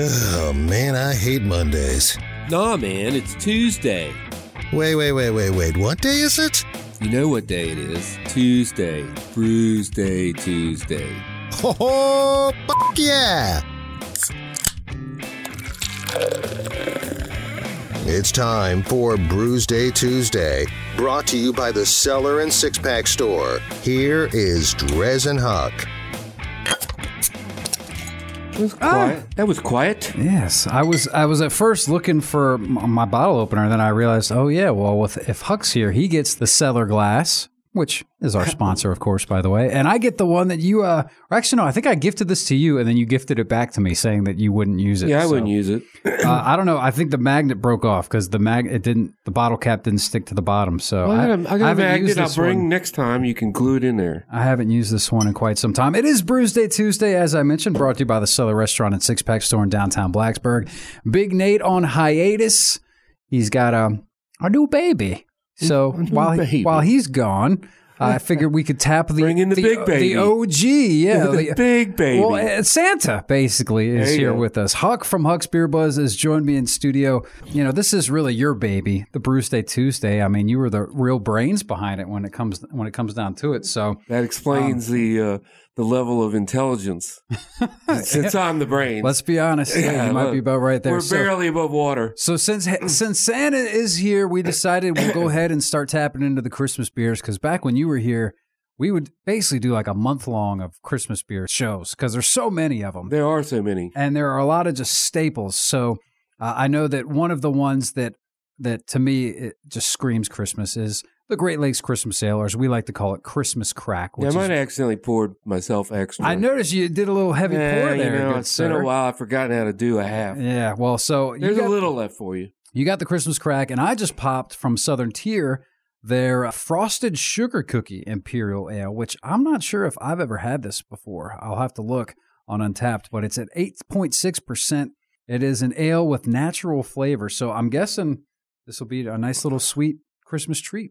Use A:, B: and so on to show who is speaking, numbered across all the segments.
A: Oh, man, I hate Mondays.
B: Nah, man, it's Tuesday.
A: Wait, wait, wait, wait, wait. What day is it?
B: You know what day it is? Tuesday. Bruise Day, Tuesday.
A: Oh, fuck yeah! It's time for Brews Day Tuesday, brought to you by the Cellar and Six Pack Store. Here is Dresden Huck.
B: Ah, that was quiet.
C: Yes, I was. I was at first looking for m- my bottle opener. Then I realized, oh yeah, well, with if Huck's here, he gets the cellar glass, which is our sponsor, of course, by the way, and I get the one that you. Uh, or actually, no, I think I gifted this to you, and then you gifted it back to me, saying that you wouldn't use it.
B: Yeah, I
C: So,
B: wouldn't use it.
C: Uh, I don't know. I think the magnet broke off because the mag it didn't. The bottle cap didn't stick to the bottom, so
B: I,
C: I,
B: got a, I got a
C: haven't
B: magnet
C: used
B: I'll
C: this
B: bring
C: one.
B: next time. You can glue it in there.
C: I haven't used this one in quite some time. It is Brews Day Tuesday, as I mentioned, brought to you by the Cellar Restaurant and Six Pack Store in downtown Blacksburg. Big Nate on hiatus. He's got a, a new baby. So while
B: baby.
C: He, while he's gone, I figured we could tap the uh,
B: Bring in the big baby.
C: the OG, yeah,
B: The big baby.
C: Well, uh, Santa basically is
B: There you
C: here
B: go.
C: with us. Huck from Huck's Beer Buzz has joined me in studio. You know, this is really your baby, the Brews Day Tuesday. I mean, you were the real brains behind it when it comes when it comes down to it. So.
B: That
C: um,
B: explains the uh, the level of intelligence. Since I'm the brain,
C: Let's be honest. Yeah, you might
B: look,
C: be about right there.
B: We're
C: so,
B: barely above water.
C: so since since Santa is here, we decided we'll go ahead and start tapping into the Christmas beers because back when you were here, we would basically do like a month long of Christmas beer shows because there's so many of them
B: There are so many.
C: and there are a lot of just staples. So uh, I know that one of the ones that that to me it just screams Christmas is the Great Lakes Christmas Ale, or as we like to call it, Christmas Crack.
B: Yeah,
C: Which
B: I
C: is-
B: might have accidentally poured myself extra.
C: I noticed you did a little heavy
B: Yeah,
C: pour
B: you
C: there.
B: know,
C: good
B: it's been
C: sir.
B: a while. I've forgotten how to do a half.
C: Yeah, well, so you
B: There's
C: got-
B: a little left for you.
C: You got the Christmas crack, and I just popped from Southern Tier their frosted sugar cookie imperial ale, which I'm not sure if I've ever had this before. I'll have to look on Untapped, but it's at 8.6%. It is an ale with natural flavor, so I'm guessing this will be a nice little sweet Christmas treat.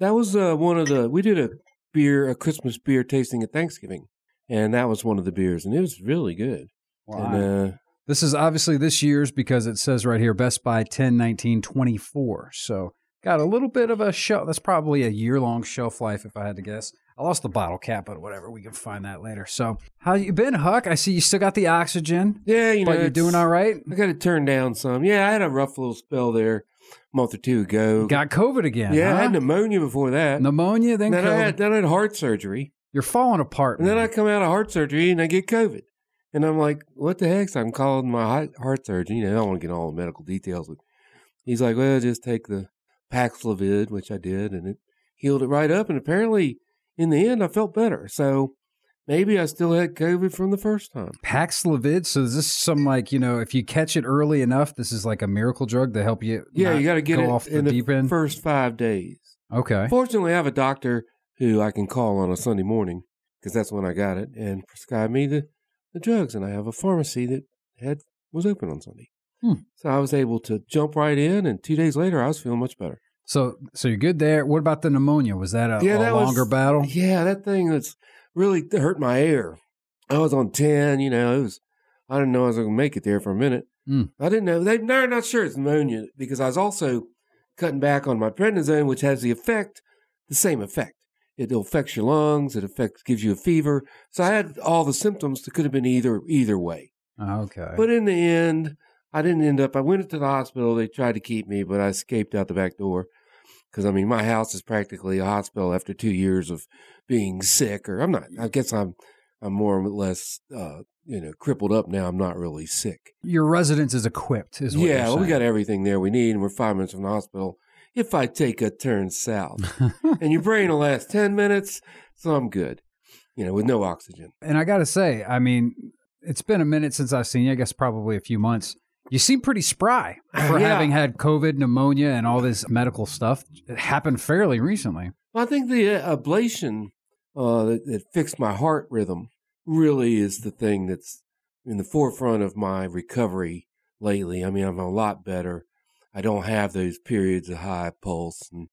B: That was uh, one of the. We did a beer, a Christmas beer tasting at Thanksgiving, and that was one of the beers, and it was really good. And uh,
C: This is obviously this year's because it says right here Best Buy 10, 19, 24. So got a little bit of a shelf. That's probably a year long shelf life if I had to guess. I lost the bottle cap, but whatever. We can find that later. So how you been, Huck? I see you still got the oxygen,
B: yeah, you know,
C: but you're
B: it's-
C: doing all right.
B: I got to turn down some. Yeah, I had a rough little spell there, a month or two ago.
C: Got COVID again.
B: yeah, I
C: huh?
B: had pneumonia before that.
C: pneumonia, then
B: And then I
C: COVID.
B: had then I had heart surgery,
C: you're falling apart.
B: and then
C: man.
B: I come out of heart surgery and I get COVID, and I'm like, what the heck? So I'm calling my hi- heart surgeon. You know, I don't want to get all the medical details. But he's like, well, just take the Paxlovid, which I did, and it healed it right up. And apparently, in the end, I felt better. So maybe I still had COVID from the first time.
C: Paxlovid. So is this some like you know, if you catch it early enough, this is like a miracle drug to help you.
B: Yeah,
C: not
B: you got to get
C: go
B: it
C: off the
B: in the
C: deep end.
B: first five days.
C: okay.
B: Fortunately, I have a doctor who I can call on a Sunday morning because that's when I got it and prescribed me the, the drugs. And I have a pharmacy that had was open on Sunday.
C: Hmm.
B: So I was able to jump right in, and two days later, I was feeling much better.
C: So, so you're good there. What about the pneumonia? Was that a,
B: Yeah,
C: a
B: that was-
C: longer battle?
B: Yeah, that thing that's really hurt my air. I was on 10, you know, it was, I didn't know I was going to make it there for a minute.
C: Hmm.
B: I didn't know. They, they're not sure it's pneumonia because I was also cutting back on my prednisone, which has the effect, the same effect. It affects your lungs. It affects, gives you a fever. So I had all the symptoms that could have been either either way.
C: Oh, Okay.
B: But in the end, I didn't end up. I went to the hospital. They tried to keep me, but I escaped out the back door. Because I mean, my house is practically a hospital after two years of being sick. Or I'm not. I guess I'm. I'm more or less, uh, you know, crippled up now. I'm not really sick.
C: Your residence is equipped, is what
B: yeah,
C: you're
B: well, we
C: saying.
B: got everything there we need, and we're five minutes from the hospital. If I take a turn south, and your brain will last ten minutes, so I'm good. You know, with no oxygen.
C: and I got to say, I mean, it's been a minute since I've seen you. I guess probably a few months. You seem pretty spry for
B: Uh, Yeah.
C: having had COVID, pneumonia, and all this medical stuff. It happened fairly recently.
B: Well, I think the uh, ablation uh, that, that fixed my heart rhythm really is the thing that's in the forefront of my recovery lately. I mean, I'm a lot better. I don't have those periods of high pulse and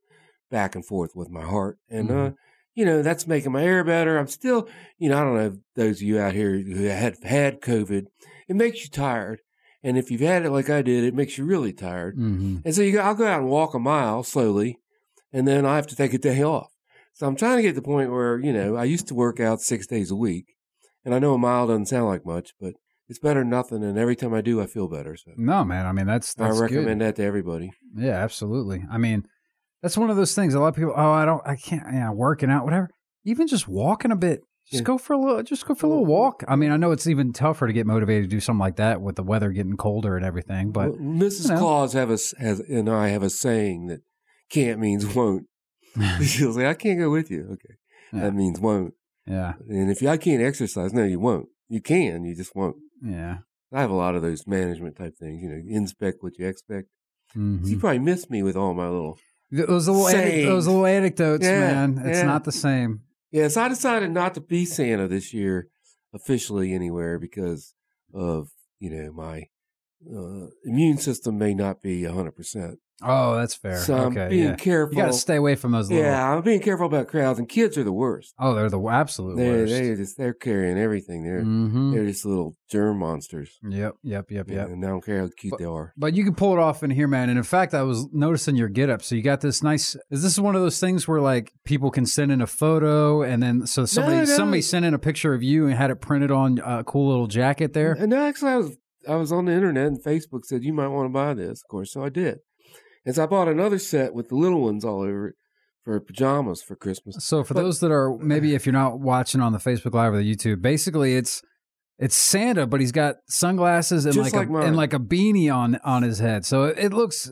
B: back and forth with my heart. And, uh,
C: Mhm.
B: you know, that's making my air better. I'm still, you know, I don't know those of you out here who had had COVID. It makes you tired. And if you've had it like I did, it makes you really tired.
C: Mm-hmm.
B: And so you go, I'll go out and walk a mile slowly, and then I have to take a day off. So I'm trying to get to the point where, you know, I used to work out six days a week. And I know a mile doesn't sound like much, but it's better than nothing. And every time I do, I feel better. So
C: No, man. I mean, that's
B: I
C: Mm, that's
B: recommend that to everybody.
C: Good. Yeah, absolutely. I mean, that's one of those things. A lot of people. Oh, I don't. I can't. Yeah, working out, whatever. Even just walking a bit. Just
B: Yeah.
C: go for a little. Just go for a little walk. I mean, I know it's even tougher to get motivated to do something like that with the weather getting colder and everything. But
B: Well, Mrs.
C: you know.
B: Claus have a s has, and I have a saying that can't means won't. She'll say, I can't go with you. Okay.
C: Yeah.
B: That means won't.
C: yeah,
B: And if you, I can't exercise, no, you won't. You can, you just won't.
C: yeah.
B: I have a lot of those management type things, you know, inspect what you expect.
C: Mhm.
B: You probably missed me with all my little.
C: Th- Those little anec-
B: Sayings.
C: those little anecdotes,
B: Yeah,
C: man. It's
B: yeah.
C: not the same.
B: Yeah, so I decided not to be Santa this year officially anywhere because of, you know, my uh, immune system may not be 100%.
C: Oh, that's fair.
B: So I'm
C: okay,
B: being
C: yeah.
B: careful.
C: You got to stay away from those little.
B: Yeah, I'm being careful about crowds, and kids are the worst.
C: Oh, they're the w- absolute
B: They're
C: worst.
B: they're just they're carrying everything. They're
C: hmm
B: they're just little germ monsters.
C: Yep, yep, yep, yep.
B: And I don't care how cute
C: But-
B: they are.
C: But you can pull it off in here, man. And in fact, I was noticing your getup. So you got this nice. Is this one of those things where like people can send in a photo, and then so somebody
B: no.
C: somebody sent in a picture of you and had it printed on a cool little jacket there?
B: And no, actually, I was I was on the internet and Facebook said you might want to buy this, of course, so I did. And so I bought another set with the little ones all over it for pajamas for Christmas.
C: So for
B: But-
C: those that are maybe if you're not watching on the Facebook Live or the YouTube, basically it's it's Santa, but he's got sunglasses and
B: Just
C: like,
B: like
C: a,
B: mine.
C: and like a beanie on on his head. So it, it looks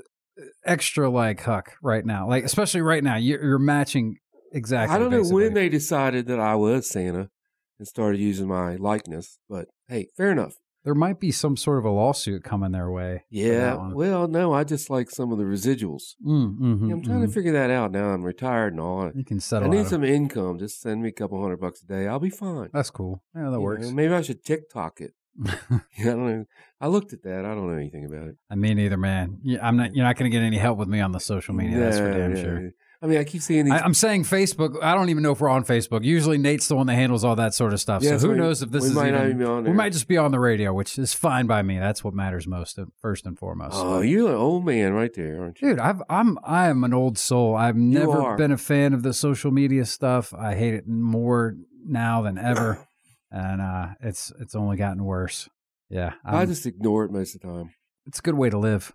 C: extra like Huck right now, like especially right now. You're, you're matching exactly.
B: I don't know
C: basically.
B: when they decided that I was Santa and started using my likeness, but hey, fair enough.
C: there might be some sort of a lawsuit coming their way. for that
B: Yeah.
C: one.
B: Well, no, I just like some of the residuals.
C: Mm, mhm,
B: Yeah, I'm trying
C: mhm.
B: to figure that out now. I'm retired and all.
C: You can
B: I
C: settle. out
B: need
C: of-
B: some income. Just send me a couple hundred bucks a day. I'll be fine.
C: That's cool. Yeah,
B: You
C: that
B: know,
C: works.
B: maybe I should TikTok it. I don't know. I looked at that. I don't know anything about it.
C: I mean, either man. Yeah, I'm not. You're not going to get any help with me on the social media. that's for
B: Yeah,
C: damn
B: yeah,
C: sure.
B: yeah. I mean, I keep seeing these.
C: I, I'm saying Facebook. I don't even know if we're on Facebook. Usually Nate's the one that handles all that sort of stuff.
B: Yeah,
C: oh, so
B: so
C: who
B: we-
C: knows if this
B: we
C: is
B: might
C: even,
B: not even be on
C: We
B: there.
C: might just be on the radio, which is fine by me. That's what matters most, uh, first and foremost.
B: oh, you're an old man right there, aren't you?
C: Dude, I've, I'm I am an old soul. I've never
B: are.
C: been a fan of the social media stuff. I hate it more now than ever, and uh, it's it's only gotten worse. Yeah,
B: I
C: I'm-
B: just ignore it most of the time.
C: it's a good way to live.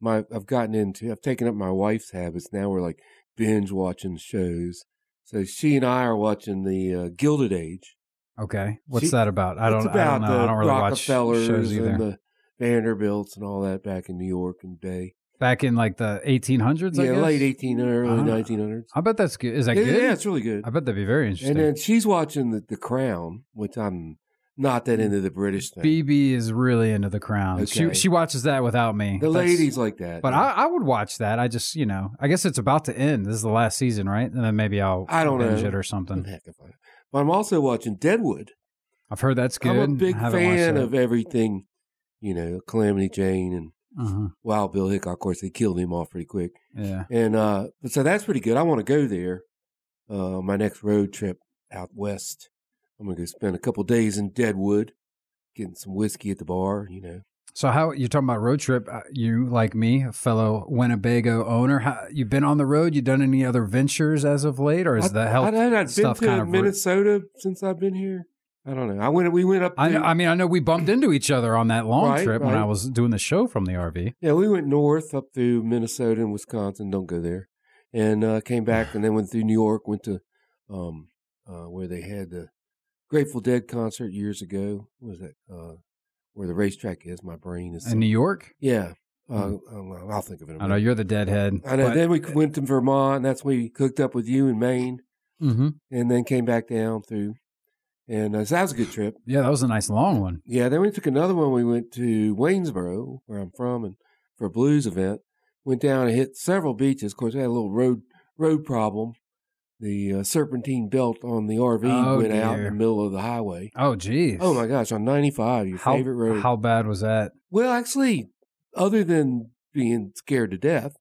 B: My, I've gotten into. I've taken up my wife's habits. Now we're like binge watching shows. So she and I are watching the uh, Gilded Age.
C: Okay, what's
B: See,
C: that about? I don't,
B: it's
C: I
B: about
C: don't know.
B: the
C: I don't really watch
B: Rockefellers
C: shows either.
B: and the Vanderbilts and all that back in New York and day.
C: Back in like the 1800s, I
B: yeah,
C: guess?
B: late 1800s, early
C: Ah.
B: 1900s.
C: I bet that's good. Is that
B: yeah,
C: good?
B: yeah, it's really good.
C: I bet that'd be very interesting.
B: And then she's watching the, the Crown, which I'm not that into the British thing.
C: BB is really into the crown. She
B: Okay.
C: she watches that without me.
B: the
C: That's-
B: ladies like that.
C: But I, I would watch that. I just, you know, I guess it's about to end. This is the last season, right? And then maybe I'll
B: I don't
C: binge
B: know.
C: it or something.
B: Heck if I- But I'm also watching Deadwood.
C: I've heard that's good.
B: I'm a big
C: I haven't watched
B: fan
C: that.
B: of everything, you know, Calamity Jane and
C: Uh-huh.
B: Wild Bill Hickok. Of course, they killed him off pretty quick.
C: Yeah.
B: And uh, but so that's pretty good. I want to go there. Uh, my next road trip out west. I'm gonna go spend a couple days in Deadwood, getting some whiskey at the bar. You know,
C: So how you're talking about road trip? uh, You like me, a fellow Winnebago owner. How, you been on the road? You done any other ventures as of late, or is
B: I,
C: the
B: I,
C: health
B: I, have been
C: stuff
B: to
C: kind of?
B: Minnesota since I've been here. I don't know. I went. We went up.
C: I, know,
B: to-
C: I mean, I know we bumped into each other on that long
B: Right,
C: trip when
B: right.
C: I was doing the show from the RV.
B: yeah, we went north up through Minnesota and Wisconsin. Don't go there. And uh, came back and then went through New York. Went to um, uh, where they had the Grateful Dead concert years ago. What was that? Uh, where the racetrack is. My brain is.
C: In New York,
B: Yeah. Uh, um, I'll think of it. in a
C: Hmm. I know
B: minute.
C: you're the deadhead.
B: I know.
C: but-
B: then we went to Vermont, and that's where we cooked up with you in Maine,
C: Mhm.
B: and then came back down through. And uh, so that was a good trip.
C: Yeah, that was a nice long one.
B: Yeah. Then we took another one. We went to Waynesboro, where I'm from, and for a blues event. Went down and hit several beaches. Of course, we had a little road road problem. The uh, serpentine belt on the RV
C: Oh,
B: went out in
C: dear.
B: the middle of the highway.
C: Oh, geez.
B: Oh my gosh! On 95, your
C: How,
B: favorite road.
C: how bad was that?
B: Well, actually, other than being scared to death,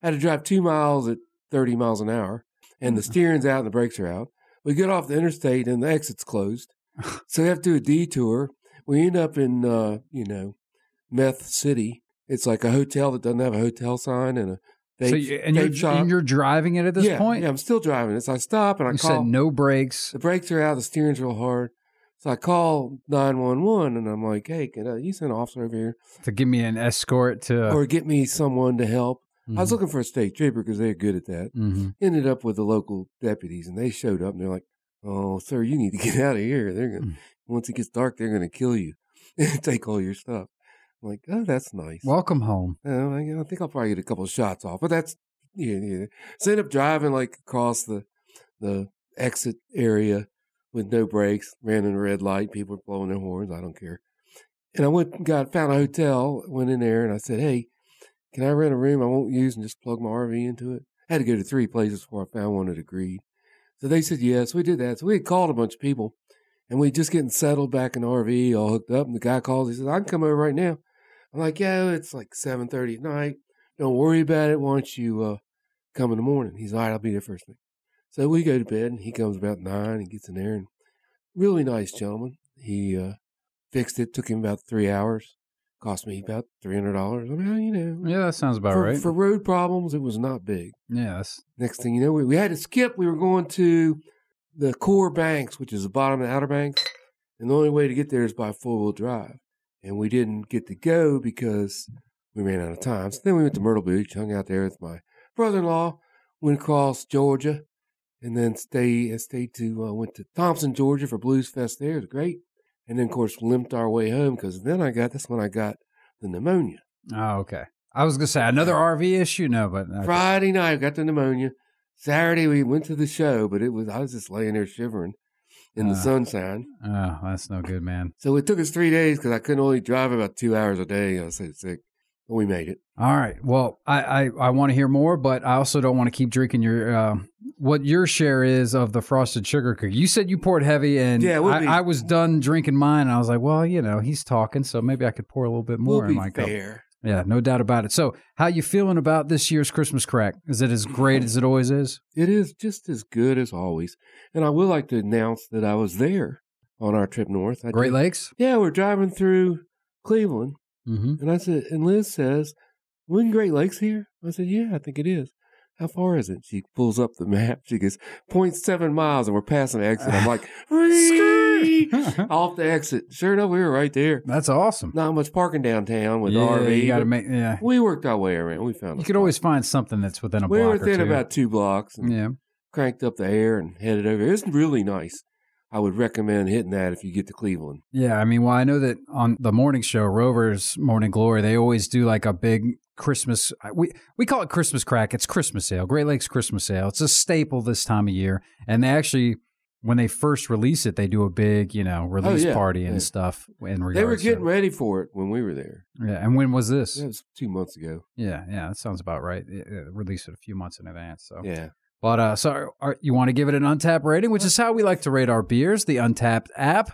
B: I had to drive two miles at 30 miles an hour, and
C: Mm.
B: the steering's out and the brakes are out. We get off the interstate and the exit's closed. So we have to do a detour. We end up in, uh, you know, Meth City. It's like a hotel that doesn't have a hotel sign and a vape,
C: so you, and you're
B: vape shop.
C: and you're driving it at this
B: yeah,
C: point.
B: yeah, I'm still driving it. So I stop and I
C: you
B: call.
C: said no brakes.
B: The brakes are out. The steering's real hard. So I call 911 and I'm like, hey, can uh, you send an officer over here
C: to give me an escort to.
B: or get me someone to help? I was
C: Mhm.
B: looking for a state trooper because they're good at that.
C: Mhm.
B: Ended up with the local deputies and they showed up and they're like, oh, sir, you need to get out of here. They're gonna,
C: Mm.
B: Once it gets dark, they're going to kill you and take all your stuff. I'm like, oh, that's nice.
C: Welcome home.
B: Oh, I I think I'll probably get a couple of shots off, but that's yeah, yeah. So I end up driving like across the the exit area with no brakes, ran in a red light, people were blowing their horns, I don't care. And I went and got found a hotel, went in there and I said, Hey, can I rent a room I won't use and just plug my R V into it? I had to go to three places before I found one that agreed. So they said yes, we did that. So we had called a bunch of people and we just getting settled back in the RV, all hooked up, and the guy calls, he says, I can come over right now. I'm like, yeah, it's like 7.30 at night. Don't worry about it. Why don't you uh, come in the morning? He's all right, I'll be there first thing. So we go to bed, and he comes about 9 and gets in there. And really nice gentleman. He uh, fixed it. Took him about three hours. Cost me about $300. I mean, you know,
C: Yeah, that sounds about
B: for,
C: right.
B: for road problems, it was not big.
C: yes.
B: Next thing you know, we, we had to skip. We were going to the core banks, which is the bottom of the outer banks. And the only way to get there is by four wheel drive. And we didn't get to go because we ran out of time. So then we went to Myrtle Beach, hung out there with my brother in law, went across Georgia, and then stay, stayed to, uh, went to Thompson, Georgia for Blues Fest there. It was great. And then, of course, limped our way home because then I got, that's when I got the pneumonia.
C: Oh, okay. I was gonna say another RV issue. No, but okay.
B: Friday night, I got the pneumonia. Saturday, we went to the show, but it was I was just laying there shivering in the
C: Ah.
B: sunshine.
C: oh, that's no good, man.
B: So it took us three days because I couldn't only drive about two hours a day. I was so sick, but we made it.
C: All right. Well, I I, I want to hear more, but I also don't want to keep drinking your uh, what your share is of the frosted sugar cookie. You said you poured heavy, and
B: Yeah, we'll
C: I,
B: be-
C: I was done drinking mine, and I was like, well, you know, he's talking, so maybe I could pour a little bit more
B: we'll
C: in
B: be
C: my cup.
B: fair.
C: Yeah, no doubt about it. So, how you feeling about this year's Christmas crack? Is it as great as it always is?
B: It is just as good as always. And I would like to announce that I was there on our trip north. I
C: Great
B: did-
C: Lakes.
B: Yeah, we're driving through Cleveland,
C: Mm-hmm.
B: and I said, and Liz says, "When Great Lakes here?" I said, "Yeah, I think it is." How far is it? She pulls up the map. She goes, 0.7 miles, and we're passing the exit. I'm like, "Whee!" off the exit. Sure enough, we were right there.
C: That's awesome.
B: Not much parking downtown with
C: yeah,
B: RV.
C: you got to
B: but
C: make. Yeah,
B: we worked our way around. We found.
C: you
B: a
C: could
B: spot.
C: always find something that's within a
B: We were
C: block or
B: within
C: two.
B: about two blocks. And
C: yeah.
B: Cranked up the air and headed over. It's really nice. I would recommend hitting that if you get to Cleveland.
C: Yeah, I mean, well, I know that on the morning show, Rover's Morning Glory, they always do like a big Christmas. uh, We we call it Christmas crack. It's Christmas ale, Great Lakes Christmas ale. It's a staple this time of year, and they actually, when they first release it, they do a big, you know, release
B: Oh, yeah,
C: party and
B: yeah.
C: stuff. In regards,
B: They were getting
C: to,
B: ready for it when we were there.
C: yeah. And when was this?
B: That was two months ago.
C: Yeah, yeah, that sounds about right. It, it released it a few months in advance. So,
B: Yeah.
C: but uh, so are- are, you want to give it an Untapped rating, which is how we like to rate our beers. The Untapped app.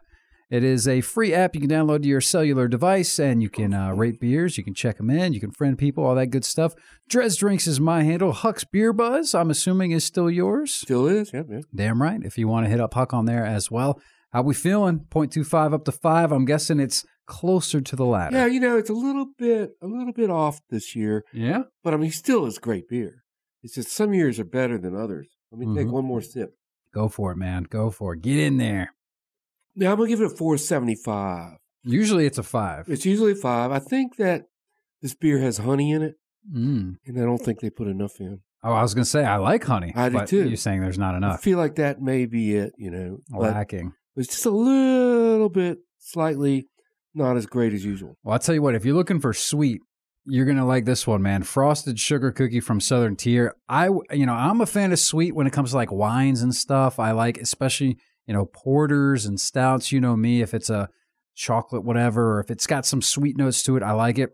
C: It is a free app you can download to your cellular device, and you can uh, rate beers. You can check them in. You can friend people, all that good stuff. Drez Drinks is my handle. Huck's Beer Buzz, I'm assuming, is still yours.
B: Still is. Yep. yep.
C: Damn right. If you want to hit up Huck on there as well. How we feeling? 0.25 up to five. I'm guessing it's closer to the
B: Yeah,
C: latter.
B: you know, it's a little bit a little bit off this year,
C: Yeah.
B: but I mean still is great beer. It's just some years are better than others. Let me take
C: Mhm.
B: one more sip.
C: Go for it, man. Go for it. Get in there.
B: Now I'm gonna give it a four seventy five.
C: Usually it's a five.
B: It's usually five. I think that this beer has honey in it,
C: Mm.
B: and I don't think they put enough in.
C: Oh, I was gonna say I like honey.
B: I do
C: but
B: too.
C: You're saying there's not
B: I
C: enough
B: feel like that may be it, you know. But
C: lacking.
B: it's just a little bit slightly not as great as usual.
C: Well, I'll tell you what. If you're looking for sweet, you're gonna like this one, man. Frosted sugar cookie from Southern Tier. I, w- you know, I'm a fan of sweet when it comes to like wines and stuff. I like especially you know porters and stouts. You know me. If it's a chocolate whatever, or if it's got some sweet notes to it, I like it.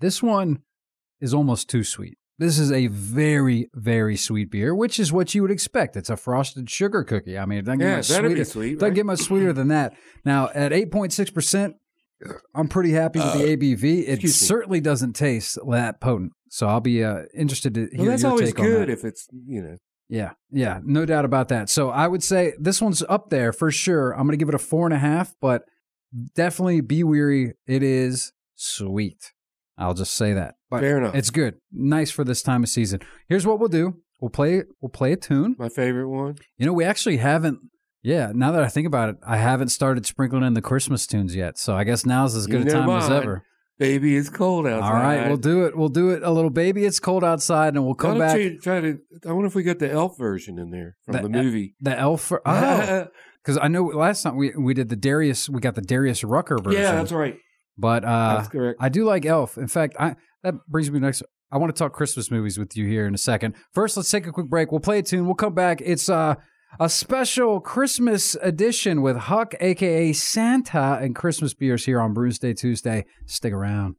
C: This one is almost too sweet. This is a very, very sweet beer, which is what you would expect. It's a frosted sugar cookie. I mean, it doesn't get
B: Yeah,
C: much
B: that'd
C: sweeter.
B: be sweet.
C: Doesn't
B: Right?
C: get much sweeter than that. Now at eight point six percent, uh, I'm pretty happy with the ABV. It
B: Uh, excuse me.
C: certainly doesn't taste that potent. So I'll be uh, interested to hear
B: well, that's
C: your
B: always
C: take on
B: good
C: that.
B: if it's you know
C: yeah, yeah, no doubt about that. So I would say this one's up there for sure. I'm going to give it a four and a half, but definitely be weary. It is sweet. I'll just say that. But
B: Fair enough.
C: it's good. Nice for this time of season. Here's what we'll do. We'll play we'll play a tune.
B: My favorite one.
C: You know, we actually haven't yeah, now that I think about it, I haven't started sprinkling in the Christmas tunes yet. So I guess now's as
B: You
C: good a
B: know
C: time as
B: mine.
C: ever.
B: Baby, it's cold outside.
C: All right, we'll do it. We'll do it a little baby. It's cold outside and we'll
B: Why
C: come
B: don't
C: back.
B: you try to. I wonder if we got the elf version in there from
C: The
B: the,
C: el-
B: movie.
C: The elf for, oh, cuz I know last time we we did the Darius we got the Darius Rucker version.
B: yeah, that's right.
C: But uh
B: that's correct.
C: I do like Elf. In fact, I that brings me next. I want to talk Christmas movies with you here in a second. First, let's take a quick break. We'll play a tune. We'll come back. It's uh, a special Christmas edition with Huck, aka Santa, and Christmas beers here on Bruce Day Tuesday. Stick around.